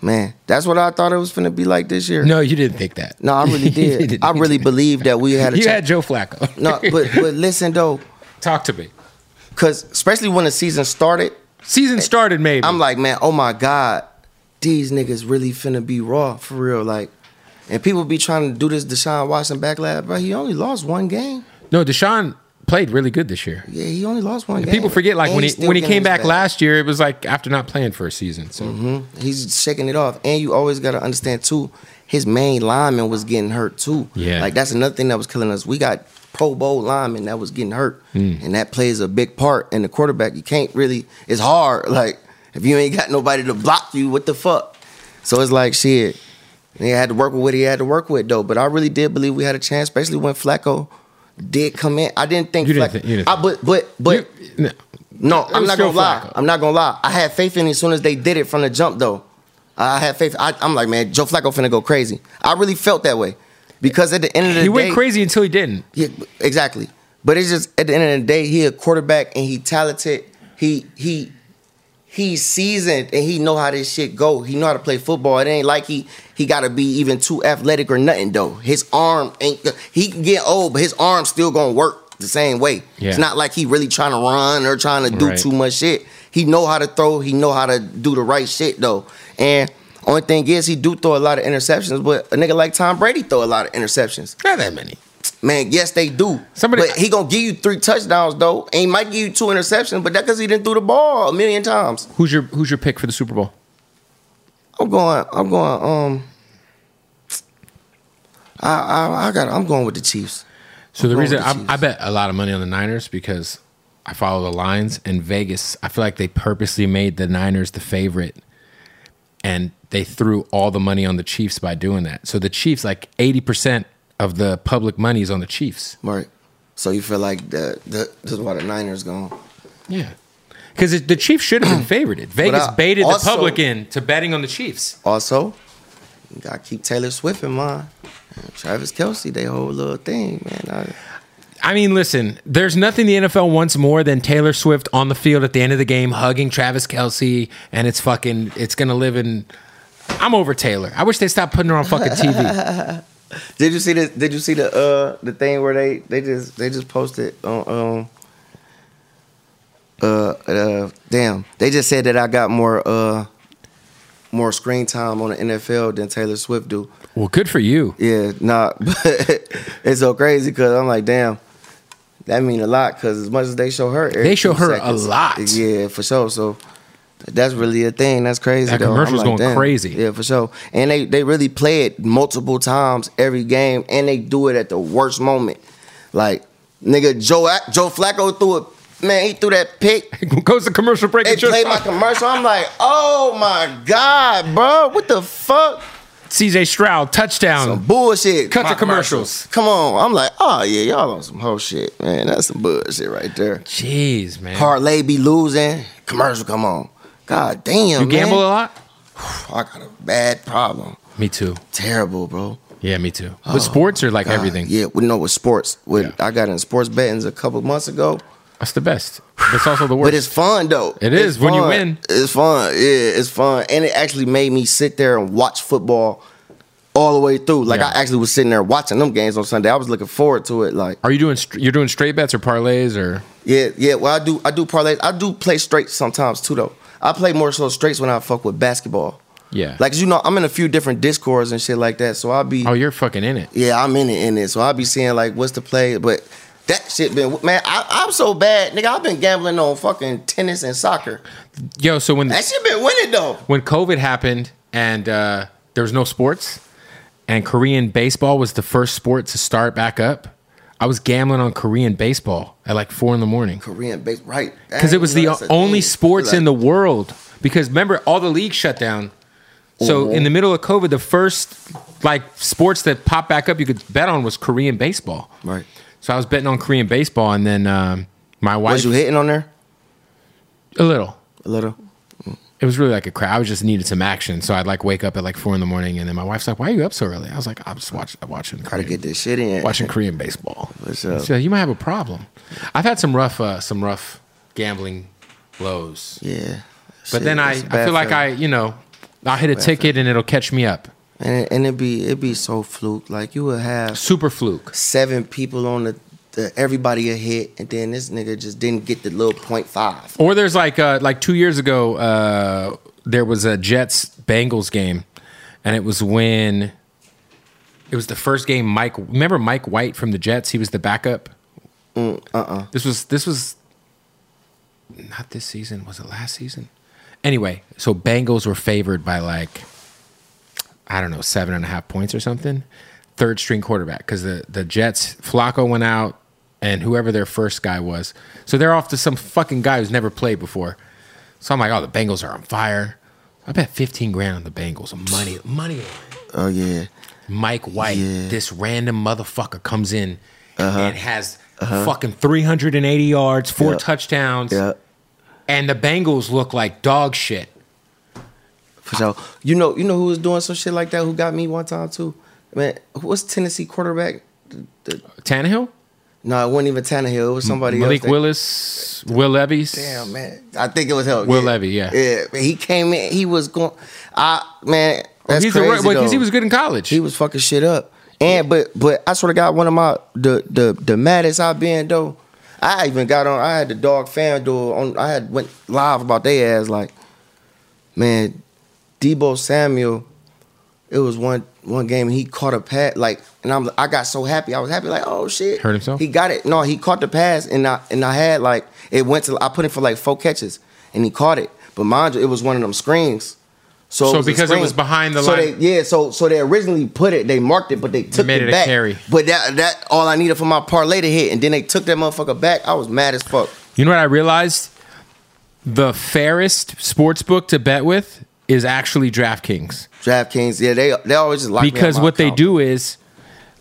C: Man, that's what I thought it was gonna be like this year.
B: No, you didn't think that.
C: No, I really
B: *laughs* You
C: did.
B: didn't
C: I
B: think
C: really
B: that.
C: believed that we had a
B: You
C: chance.
B: had Joe Flacco. *laughs*
C: no, but but listen though,
B: talk to me.
C: because especially when the season started,
B: Season started, maybe.
C: I'm like, man, oh my God, these niggas really finna be raw for real. Like, and people be trying to do this Deshaun Watson backlash, but he only lost one game.
B: no, Deshaun played really good this year.
C: Yeah, he only lost one game.
B: People forget, like
C: And
B: when
C: he's
B: he
C: still
B: when he
C: getting
B: came
C: his
B: back
C: bag.
B: last year, it was like after not playing for a season. So
C: Mm-hmm. he's shaking it off. And you always gotta understand too, his main lineman was getting hurt too.
B: Yeah.
C: like that's another thing that was killing us. We got Pro Bowl lineman that was getting hurt,
B: Mm.
C: and that plays a big part. And the quarterback, you can't really. It's hard. *laughs* Like if you ain't got nobody to block you, what the fuck? So it's like shit. He had to work with what he had to work with though. But I really did believe we had a chance, especially when Flacco did come in. I didn't think
B: You didn't
C: Flacco.
B: think- you didn't
C: I, but but but
B: You- no.
C: no,
B: It
C: I'm
B: was
C: not
B: still
C: gonna lie.
B: Flacco.
C: I'm not gonna lie. I had faith in it as soon as they did it from the jump, though. I had faith. I, I'm like, man, Joe Flacco finna go crazy. I really felt that way because at the end of the
B: he
C: day,
B: went crazy until he didn't.
C: Yeah, exactly. But it's just at the end of the day, he a quarterback and he talented. He he he's seasoned and he know how this shit go. He know how to play football. It ain't like he he gotta be even too athletic or nothing though. His arm ain't he can get old, but his arm's still gonna work the same way.
B: Yeah.
C: It's not like he really trying to run or trying to do
B: Right.
C: too much shit. He know how to throw. He know how to do the right shit though. And only thing is, he do throw a lot of interceptions. But a nigga like Tom Brady throw a lot of interceptions.
B: Not that many.
C: Man, yes, they do.
B: Somebody-
C: but he gonna give you three touchdowns though, and he might give you two interceptions, but that because he didn't threw the ball a million times.
B: Who's your Who's your pick for the Super Bowl?
C: I'm going. I'm going. Um, I I, I got. I'm going with the Chiefs.
B: So the
C: Roll
B: reason
C: the
B: I,
C: Chiefs.
B: I bet a lot of money on the Niners because I follow the lines and Vegas. I feel like they purposely made the Niners the favorite, and they threw all the money on the Chiefs by doing that. So the Chiefs, like eighty percent of the public money is on the Chiefs.
C: Right. So you feel like the the this is why the Niners going.
B: Yeah, because the Chiefs should have been *clears throat* favored. Vegas
C: I
B: baited the
C: also-
B: public in to betting on the Chiefs.
C: Also, you gotta keep Taylor Swift in mind. Travis Kelsey, they whole little thing, man. I,
B: I mean, listen, there's nothing the NFL wants more than Taylor Swift on the field at the end of the game hugging Travis Kelsey, and it's fucking, it's gonna live in. I'm over Taylor. I wish they stopped putting her on fucking
C: *laughs*
B: TV.
C: Did you see the Did you see the uh the thing where they they just they just posted on um uh uh damn they just said that I got more uh more screen time on the NFL than Taylor Swift do.
B: well, good for you. *laughs*
C: Yeah, nah, *laughs* but it's so crazy because I'm like damn. That mean a lot because as much as they show her, every
B: They show
C: two
B: her a lot.
C: Yeah, for sure. So that's really a thing. That's crazy.
B: That
C: though. I'm
B: commercial's
C: like,
B: going
C: damn.
B: crazy.
C: Yeah, for sure. And they they really play it multiple times every game, and they do it at the worst moment. Like nigga, Joe Ac- Joe Flacco threw it. Man, he threw that
B: *laughs*
C: pick.
B: Goes to commercial break.
C: They
B: and just-
C: played my commercial. I'm like, oh my god, bro, what the fuck?
B: CJ Stroud touchdown.
C: Some bullshit.
B: Cut
C: My
B: the commercials.
C: Come on, I'm like, oh yeah, y'all on some whole shit, man. That's some bullshit right there.
B: Jeez, man.
C: Parlay be losing, commercial come on. God damn,
B: you gamble a lot?
C: I got a bad problem.
B: Me too.
C: Terrible, bro.
B: Yeah, me too. With sports or like
C: Oh, God,
B: everything?
C: Yeah, we know with sports. When
B: Yeah.
C: I got in sports betting a couple months ago,
B: That's the best. But it's also the worst.
C: but it's fun though.
B: It
C: It's
B: is when you
C: fun.
B: win.
C: It's fun. Yeah, it's fun, and it actually made me sit there and watch football all the way through. Like
B: Yeah.
C: I actually was sitting there watching them games on Sunday. I was looking forward to it. Like
B: Are you doing? str- You're doing straight bets or parlays or?
C: yeah, yeah. Well, I do. I do parlay. I do play straight sometimes too though. I play more so straights when I fuck with basketball.
B: Yeah.
C: Like you know, I'm in a few different discords and shit like that. So I'll be
B: oh, you're fucking in it.
C: yeah, I'm in it in it. So I'll be seeing like what's the play, but that shit been man, I, I'm so bad, nigga. I've been gambling on fucking tennis and soccer.
B: Yo, so when
C: That shit been winning though.
B: when COVID happened and uh, there was no sports, and Korean baseball was the first sport to start back up, I I was gambling on Korean baseball at like four in the morning
C: Korean base, right?
B: because it was the only sports in the
C: world.
B: world. Because remember, all the leagues shut down. So
C: Mhm.
B: in the middle of COVID, the first like sports that popped back up you could bet on was Korean baseball.
C: Right.
B: So I was betting on Korean baseball, and then um, my wife
C: Was you hitting on there
B: a little.
C: a little?
B: It was really like a crowd. I was just needed some action, so I'd like wake up at like four in the morning, and then my wife's like, "Why are you up so early?" I was like, "I'm just watch, I'm watching
C: Gotta
B: Korean,
C: get this shit
B: *laughs*
C: in. *laughs*
B: watching Korean baseball."
C: What's up?
B: She's like, you might have a problem. I've had some rough, uh, some rough gambling lows,
C: Yeah.
B: but then I, I feel like I, you know, I'll hit a ticket and it'll catch me up.
C: and, and it be it be so fluke. Like you would have
B: Super fluke.
C: seven people on the, the everybody a hit, and then this nigga just didn't get the little point five.
B: Or there's like uh, like two years ago, uh, there was a Jets Bengals game, and it was when it was the first game. Mike, remember Mike White from the Jets? He was the backup.
C: Mm,
B: uh
C: uh-uh. Uh-huh.
B: uh. This was this was not this season. Was it last season? Anyway, so Bengals were favored by like I don't know seven and a half points or something. Third string quarterback because the the Jets Flacco went out and whoever their first guy was, so they're off to some fucking guy who's never played before. So I'm like, oh, the Bengals are on fire. I bet fifteen grand on the Bengals, money money line.
C: Oh yeah,
B: Mike White,
C: Yeah. Uh-huh.
B: this random motherfucker comes in and has fucking 380 yards, four
C: Yeah.
B: touchdowns,
C: yeah.
B: and the Bengals look like dog shit.
C: For sure. You know, you know who was doing some shit like that? Who got me one time too? Man, who was Tennessee quarterback?
B: Tannehill,
C: No, it wasn't even Tannehill. It was somebody
B: Malik
C: else. that-
B: Willis, Will Levis.
C: Damn man, I think it was him.
B: Will Levy, yeah.
C: yeah. but He came in. He was going. I man, that's
B: Oh, he's
C: crazy.
B: the, because he
C: though.
B: was good in college.
C: He was fucking shit up. And but but I swear to God, one of my the the the maddest I've been though. I even got on. I had the dog FanDuel on. I had went live about their ass. Like, man, Debo Samuel. It was one one game and he caught a pass. Like, and I'm I got so happy. I was happy. Like, oh shit,
B: Hurt himself?
C: He got it. No, he caught the pass and I and I had like it went to. I put it for like four catches and he caught it. But mind you, it was one of them screens. So,
B: So
C: was a
B: because it
C: screen.
B: was behind the
C: so
B: line-
C: They, yeah, so so they originally put it, they marked it, but they took
B: made
C: it,
B: it a
C: back.
B: carry.
C: But that that all I needed for my parlay to hit, and then they took that motherfucker back. I was mad as fuck.
B: you know what I realized? The fairest sports book to bet with is actually DraftKings.
C: DraftKings, yeah, they they always just lock me out
B: because
C: my
B: what they
C: account.
B: do is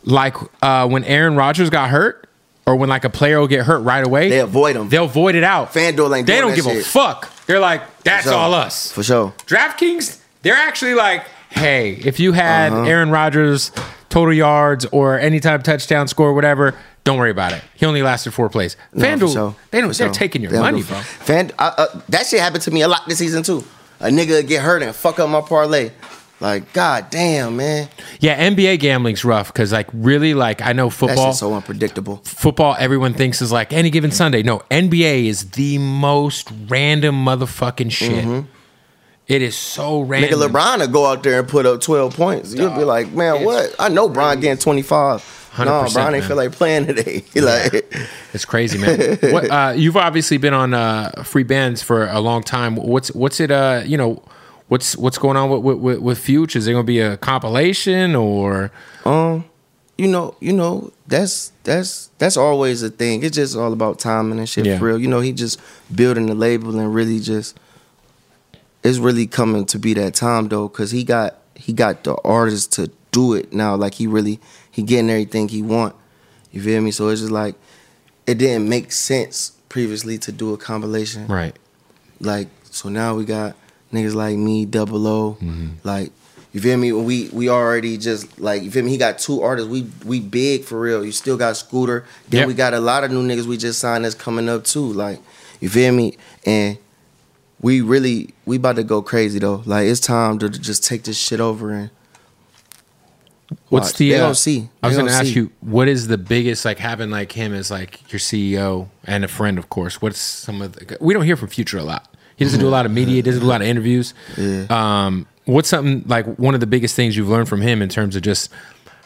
B: like uh, when Aaron Rodgers got hurt or when like a player will get hurt right away,
C: They avoid 'em.
B: They'll void it out.
C: FanDuel ain't
B: They don't
C: doing that
B: give a
C: shit.
B: fuck. They're like, that's
C: sure.
B: all us.
C: for sure.
B: DraftKings, they're actually like, hey, if you had
C: Uh-huh.
B: Aaron Rodgers total yards or any type of touchdown score, whatever, don't worry about it. He only lasted four plays.
C: No, for
B: FanDuel,
C: sure.
B: they don't.
C: For
B: They're
C: sure.
B: taking your
C: They don't
B: money,
C: give a
B: bro.
C: fuck. Fan, I, uh, that shit happened to me a lot this season too. A nigga get hurt and fuck up my parlay. Like, god damn, man,
B: Yeah, NBA gambling's rough because like really, like I know
C: that
B: football.
C: shit's so unpredictable.
B: football everyone thinks is like any given Sunday. No, NBA is the most random motherfucking shit.
C: Mm-hmm.
B: It is so random.
C: Nigga LeBron would go out there and put up 12 points. You'll be like, man, what? I know Bron getting 25. No,
B: 100%,
C: Bron ain't
B: man.
C: feel like playing today. *laughs* He like,
B: It's crazy, man.
C: *laughs*
B: what, uh, you've obviously been on uh, free bands for a long time. What's what's it? Uh, you know, what's what's going on with with, with Future? Is there gonna be a compilation or?
C: Um, you know, you know, that's that's that's always a thing. It's just all about timing and shit
B: Yeah.
C: for real. You know, he just building the label and really just it's really coming to be that time though, cause he got he got the artists to do it now. Like he really he getting everything he want. You feel me? So it's just like it didn't make sense previously to do a compilation.
B: Right.
C: like so now we got niggas like me, double O, like you feel me? We we already just like you feel me? He got two artists. We we big for real. You still got Scooter. Then
B: Yep.
C: we got a lot of new niggas we just signed that's coming up too. Like you feel me? And we really we about to go crazy though. Like it's time to just take this shit over and
B: What's
C: Watch.
B: the? uh,
C: They gonna see.
B: I was
C: They
B: gonna,
C: gonna
B: ask
C: see.
B: you, what is the biggest like having like him as like your CEO and a friend, of course. What's some of the? We don't hear from Future a lot. He doesn't do a lot of media. Doesn't do a lot of interviews. Um, what's something like one of the biggest things you've learned from him in terms of just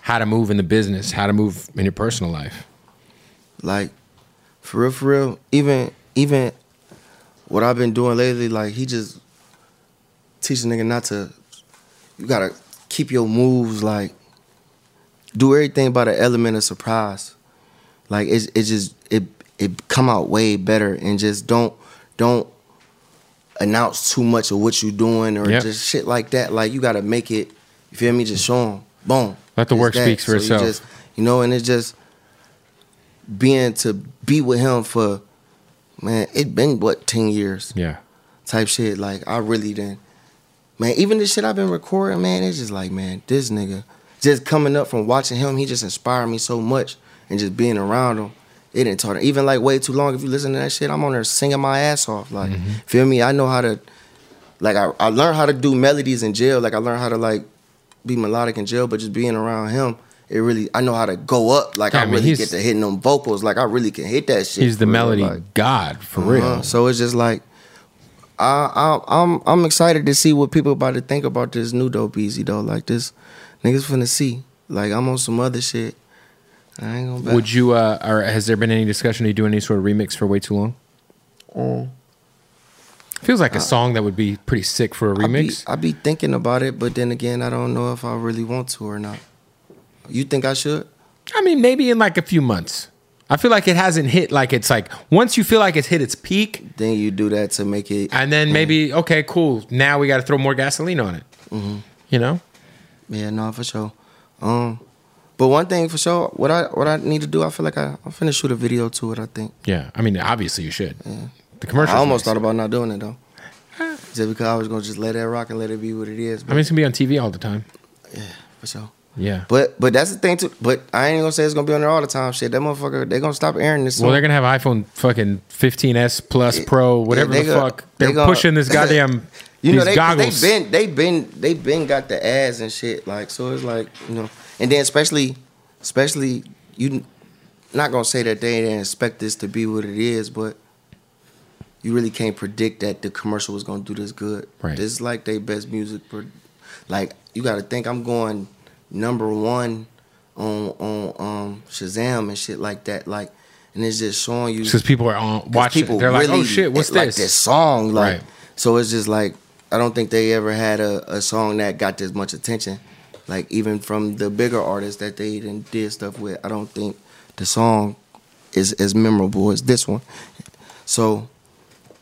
B: how to move in the business, how to move in your personal life?
C: like for real for real even even what i've been doing lately like he just teach a nigga not to you gotta keep your moves like do everything by the element of surprise Like it's it just it it come out way better and just don't don't announce too much of what you're doing or
B: Yep.
C: just shit like that. Like you gotta make it. You feel me? Just show them. Boom.
B: Let the
C: It's
B: work speaks for
C: you
B: itself.
C: Just, you know, and it's just being to be with him for man. It been what ten years
B: Yeah.
C: type shit. Like I really didn't. Man, even the shit I've been recording, man, it's just like, man, this nigga just coming up from watching him, he just inspired me so much, and just being around him, it didn't talk. Even like way too long. If you listen to that shit, I'm on there singing my ass off. Like,
B: Mm-hmm.
C: feel me? I know how to, like, I, I learned how to do melodies in jail. Like, I learned how to like be melodic in jail, but just being around him, it really, I know how to go up. Like,
B: Yeah,
C: I,
B: I mean,
C: really
B: he's-
C: get to hitting them vocals. Like, I really can hit that shit.
B: He's the
C: for real,
B: melody
C: like.
B: god for real.
C: Uh-huh. So it's just like I, I I'm I'm excited to see what people about to think about this new dope easy though. Like this niggas finna see. Like I'm on some other shit. I ain't gonna back.
B: Would you uh or has there been any discussion to do any sort of remix for way too long? Feels like a song that would be pretty sick for a
C: I Uh, be,
B: remix.
C: I be thinking about it, but then again, I don't know if I really want to or not. You think I should?
B: I mean, maybe in like a few months. I feel like it hasn't hit like it's like once you feel like it's hit its peak,
C: Then you do that to make it.
B: and then maybe okay, cool. Now we got to throw more gasoline on it.
C: Mm-hmm.
B: You know,
C: Yeah, no, for sure. Um, but one thing for sure, what I what I need to do, I feel like I I'm finna shoot a video to it. I think.
B: yeah. I mean, obviously you should. The commercial.
C: I almost thought about not doing it though. Just because I was gonna just let that rock and let it be what it is.
B: I mean, it's gonna be on TV all the time.
C: for sure.
B: Yeah.
C: But but that's the thing too. But I ain't gonna say it's gonna be on there all the time. Shit, that motherfucker, they gonna stop airing this.
B: well, they're
C: soon.
B: gonna have iPhone fucking 15s Plus Pro, whatever
C: they
B: the
C: gonna-
B: fuck. They're
C: they gonna-
B: pushing
C: *laughs*
B: this goddamn
C: you
B: these
C: know they
B: goggles.
C: they been they been they been got the ads and shit. Like so, it's like you know. And then especially especially you not gonna say that they didn't expect this to be what it is, but you really can't predict that the commercial was gonna do this good.
B: Right.
C: This is like they best music. Pro- like you got to think I'm going number one on on um Shazam and shit like that. Like, and it's just showing you
B: because people are on watching. it. They're like, oh shit, what's
C: like
B: this?
C: this song, like
B: Right.
C: so. It's just like I don't think they ever had a, a song that got this much attention. Like even from the bigger artists that they even did stuff with, I don't think the song is as memorable as this one. So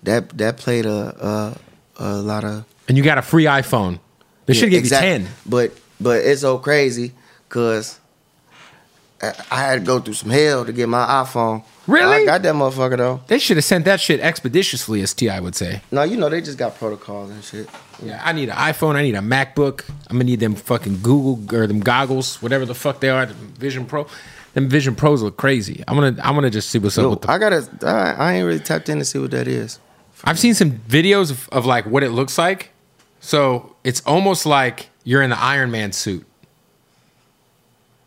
C: that that played a a, a lot of
B: And you got a free iPhone. They should give
C: exact-
B: you ten.
C: But but it's so crazy because I, I had to go through some hell to get my iPhone.
B: Really?
C: I got that motherfucker though.
B: They should have sent that shit expeditiously, as Ti would say.
C: No, you know they just got protocols and shit.
B: Yeah, I need an iPhone. I need a MacBook. I'm gonna need them fucking Google or them goggles, whatever the fuck they are. The Vision Pro. Them Vision Pros look crazy. I'm gonna I'm gonna just see what's up
C: Yo,
B: with the
C: I gotta. I, I ain't really tapped in to see what that is.
B: I've seen some videos of, of like what it looks like. So it's almost like you're in an Iron Man suit.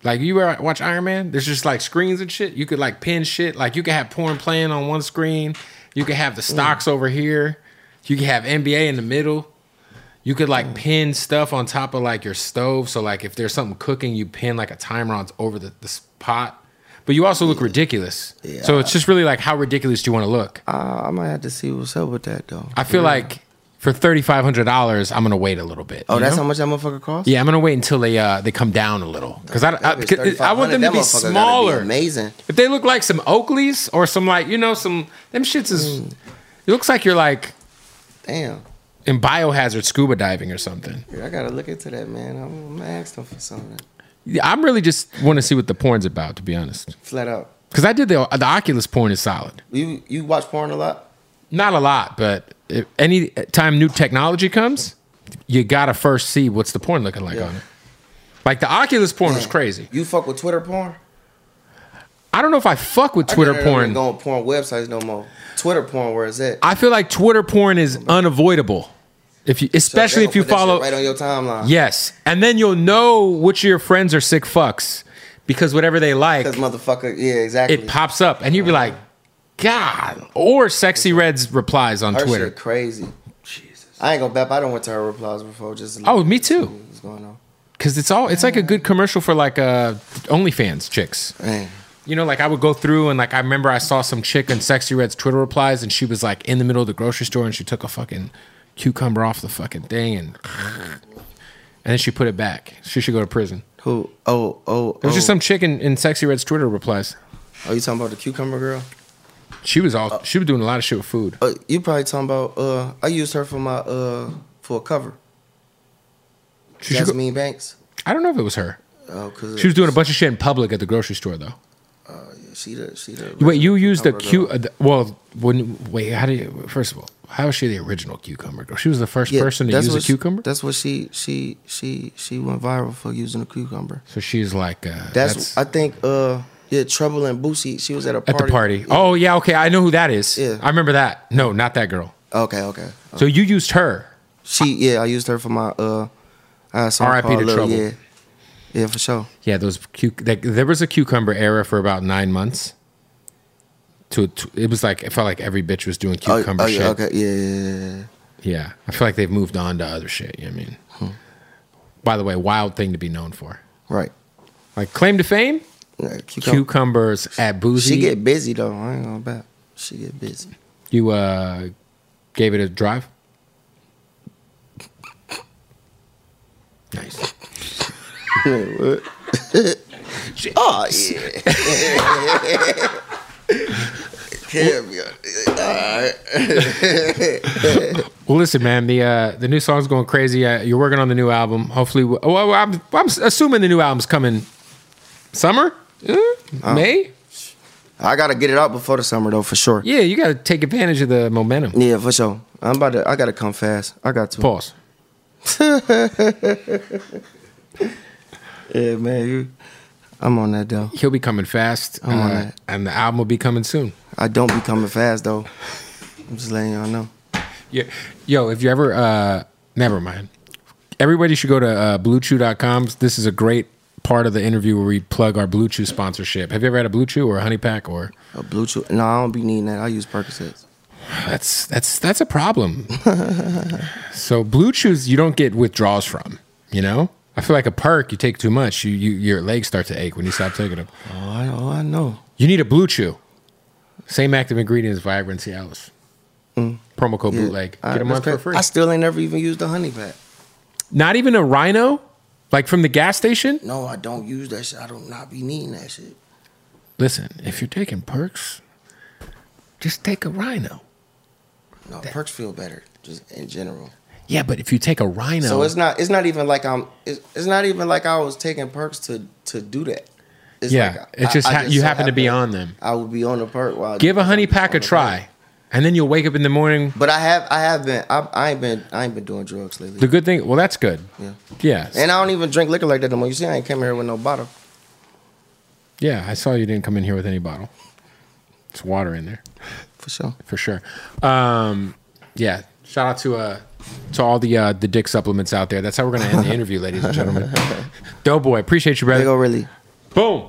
B: Like you ever watch Iron Man? There's just like screens and shit. You could like pin shit. Like you could have porn playing on one screen. You could have the stocks over here. You could have NBA in the middle. You could like pin stuff on top of like your stove. So like if there's something cooking, you pin like a timer on over the, the pot. But you also look ridiculous. So it's just really like how ridiculous do you want to look?
C: Uh, I might have to see what's up with that though.
B: I feel like for thirty five hundred dollars, I'm gonna wait a little bit.
C: oh,
B: you
C: that's
B: know?
C: how much that motherfucker costs.
B: yeah, I'm gonna wait until they uh they come down a little because I, I, 'cause I want them to be smaller.
C: amazing.
B: If they look like some Oakleys or some like you know some them shits is
C: Mm.
B: it looks like you're like
C: Damn.
B: in biohazard scuba diving or something.
C: Yeah, I gotta look into that, man. I'm, I'm gonna ask them for something.
B: Yeah, I'm really just want to see what the porn's about to be honest.
C: Flat out.
B: Because I did the the Oculus porn is solid,
C: You you watch porn a lot?
B: not a lot, but if any time new technology comes, you gotta first see what's the porn looking like
C: Yeah.
B: on it. Like the Oculus porn was
C: Yeah.
B: crazy.
C: You fuck with Twitter porn?
B: I don't know if I fuck with
C: I
B: Twitter
C: can't even
B: porn.
C: Go on porn websites no more. Twitter porn, where is that?
B: I feel like Twitter porn is unavoidable. If you
C: So they
B: especially
C: gonna
B: if you
C: put that shit
B: follow
C: right on your timeline.
B: Yes. And then you'll know which of your friends are sick fucks because whatever they like,
C: Because motherfucker, yeah, exactly.
B: it pops up and you'll be like, God. Or sexy reds replies on
C: Her
B: Twitter.
C: shit crazy. Jesus. I ain't gonna bap. I don't went to her replies before. Just to
B: Oh,
C: look
B: me
C: and see
B: too.
C: What's going on?
B: Cause it's all it's like a good commercial for like uh OnlyFans chicks.
C: Man,
B: You know, like I would go through and like I remember I saw some chick in Sexy Red's Twitter replies and she was like in the middle of the grocery store and she took a fucking cucumber off the fucking thing and and then she put it back. She should go to prison.
C: who? Oh, oh,
B: It was just
C: oh.
B: some chick in, in Sexy Red's Twitter replies.
C: Are you talking about the cucumber girl?
B: She was all she was doing a lot of shit with food.
C: Uh, you probably talking about. Uh, I used her for my uh for a cover.
B: She should go-
C: Jasmine Banks.
B: I don't know if it was her.
C: Oh, cause
B: She was doing a bunch of shit in public at the grocery store though.
C: She the she the.
B: Wait, you used the
C: cucumber
B: cu
C: girl.
B: uh, the- well when wait how do you first of all how is she the original cucumber girl? She was the first
C: Yeah,
B: person to
C: that's
B: use a
C: what she-
B: cucumber.
C: that's what she she she she went viral for using a cucumber.
B: so she's like uh,
C: That's,
B: that's,
C: I think uh yeah Trouble and Boosie. She was at a
B: at
C: party.
B: the party. Oh yeah, okay, I know who that is.
C: Yeah.
B: I remember that. No, not that girl.
C: Okay, okay.
B: So you used her.
C: She yeah, I used her for my uh. I had a song
B: R.I.P.
C: called
B: to
C: Lil-
B: Trouble.
C: Yeah, yeah for sure.
B: Yeah, those cu- like, there was a cucumber era for about nine months. To, to it was like it felt like every bitch was doing
C: Oh,
B: cucumber
C: oh, yeah,
B: shit.
C: Okay, yeah, yeah, yeah, yeah.
B: Yeah, I feel like they've moved on to other shit. You know what I mean,
C: Hmm.
B: by the way, wild thing to be known for.
C: right.
B: Like claim to fame,
C: Yeah, cucumber.
B: cucumbers at boozy.
C: She get busy though. I ain't gonna bet. She get busy.
B: you uh, gave it a drive. Nice.
C: *laughs* Oh yeah. Hell yeah.
B: Well, listen, man. The uh, the new song's going crazy. Uh, you're working on the new album. Hopefully, well, well, I'm I'm assuming the new album's coming summer, Eh? May.
C: I gotta get it out before the summer though, for sure.
B: Yeah, you got to take advantage of the momentum.
C: Yeah, for sure. I'm about to. I gotta come fast. I got to.
B: Pause.
C: Yeah, man. You, I'm on that though.
B: He'll be coming fast,
C: I'm on
B: uh,
C: that.
B: and the album will be coming soon.
C: I don't be coming fast though. I'm just letting y'all know.
B: Yeah, yo, if you ever, uh, never mind. Everybody should go to uh, BlueChew.com. This is a great part of the interview where we plug our Blue Chew sponsorship. Have you ever had a Blue Chew or a Honey Pack or?
C: A blue chew. No, I don't be needing that. I use Percocets.
B: That's that's that's a
C: *laughs*
B: problem. so blue chews you don't get withdrawals from, you know? I feel like a perk you take too much, you, you your legs start to ache when you stop taking them.
C: Oh, I, oh, I know.
B: You need a blue chew. Same active ingredient as Viagra and Cialis. Promo code
C: Mm. Yeah.
B: bootleg.
C: I-
B: Get a
C: that's
B: month for
C: crazy.
B: free.
C: I still ain't never even used the honey pack.
B: Not even a rhino? Like from the gas station?
C: No, I don't use that shit. I don't not be needing that shit.
B: Listen, if you're taking perks, just take a rhino.
C: No, perks feel better just in general.
B: Yeah, but if you take a rhino,
C: So it's not. It's not even like I'm. It's, it's not even like I was taking perks to to do that. It's
B: yeah,
C: like I-
B: it's just
C: I- I
B: ha- you
C: so
B: happen to be
C: happened-
B: on them.
C: I would be on the perk while I
B: Give a
C: did-
B: honey pack a
C: on the perk.
B: try, and then you'll wake up in the morning
C: But I have. I have been. I, I ain't been. I ain't been doing drugs lately.
B: The good thing, well, that's good.
C: Yeah.
B: Yeah,
C: And I don't even drink liquor like that no more. You see, I ain't came here with no bottle.
B: yeah. I saw you didn't come in here with any bottle. It's water in there
C: For sure.
B: for sure. Um, yeah. Shout out to uh to all the uh, the dick supplements out there. That's how we're gonna end the interview, ladies and gentlemen. Doughboy, appreciate you,
C: They go
B: brother.
C: really.
B: Boom.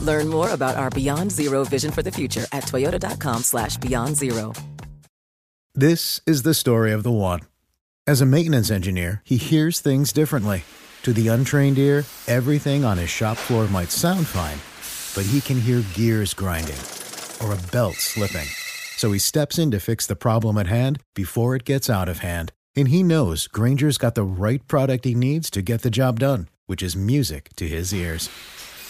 D: Learn more about our Beyond Zero vision for the future at toyota.com slash beyond zero.
E: This is the story of the one. As a maintenance engineer, he hears things differently. To the untrained ear, everything on his shop floor might sound fine, but he can hear gears grinding or a belt slipping. So he steps in to fix the problem at hand before it gets out of hand. And he knows Granger's got the right product he needs to get the job done, which is music to his ears.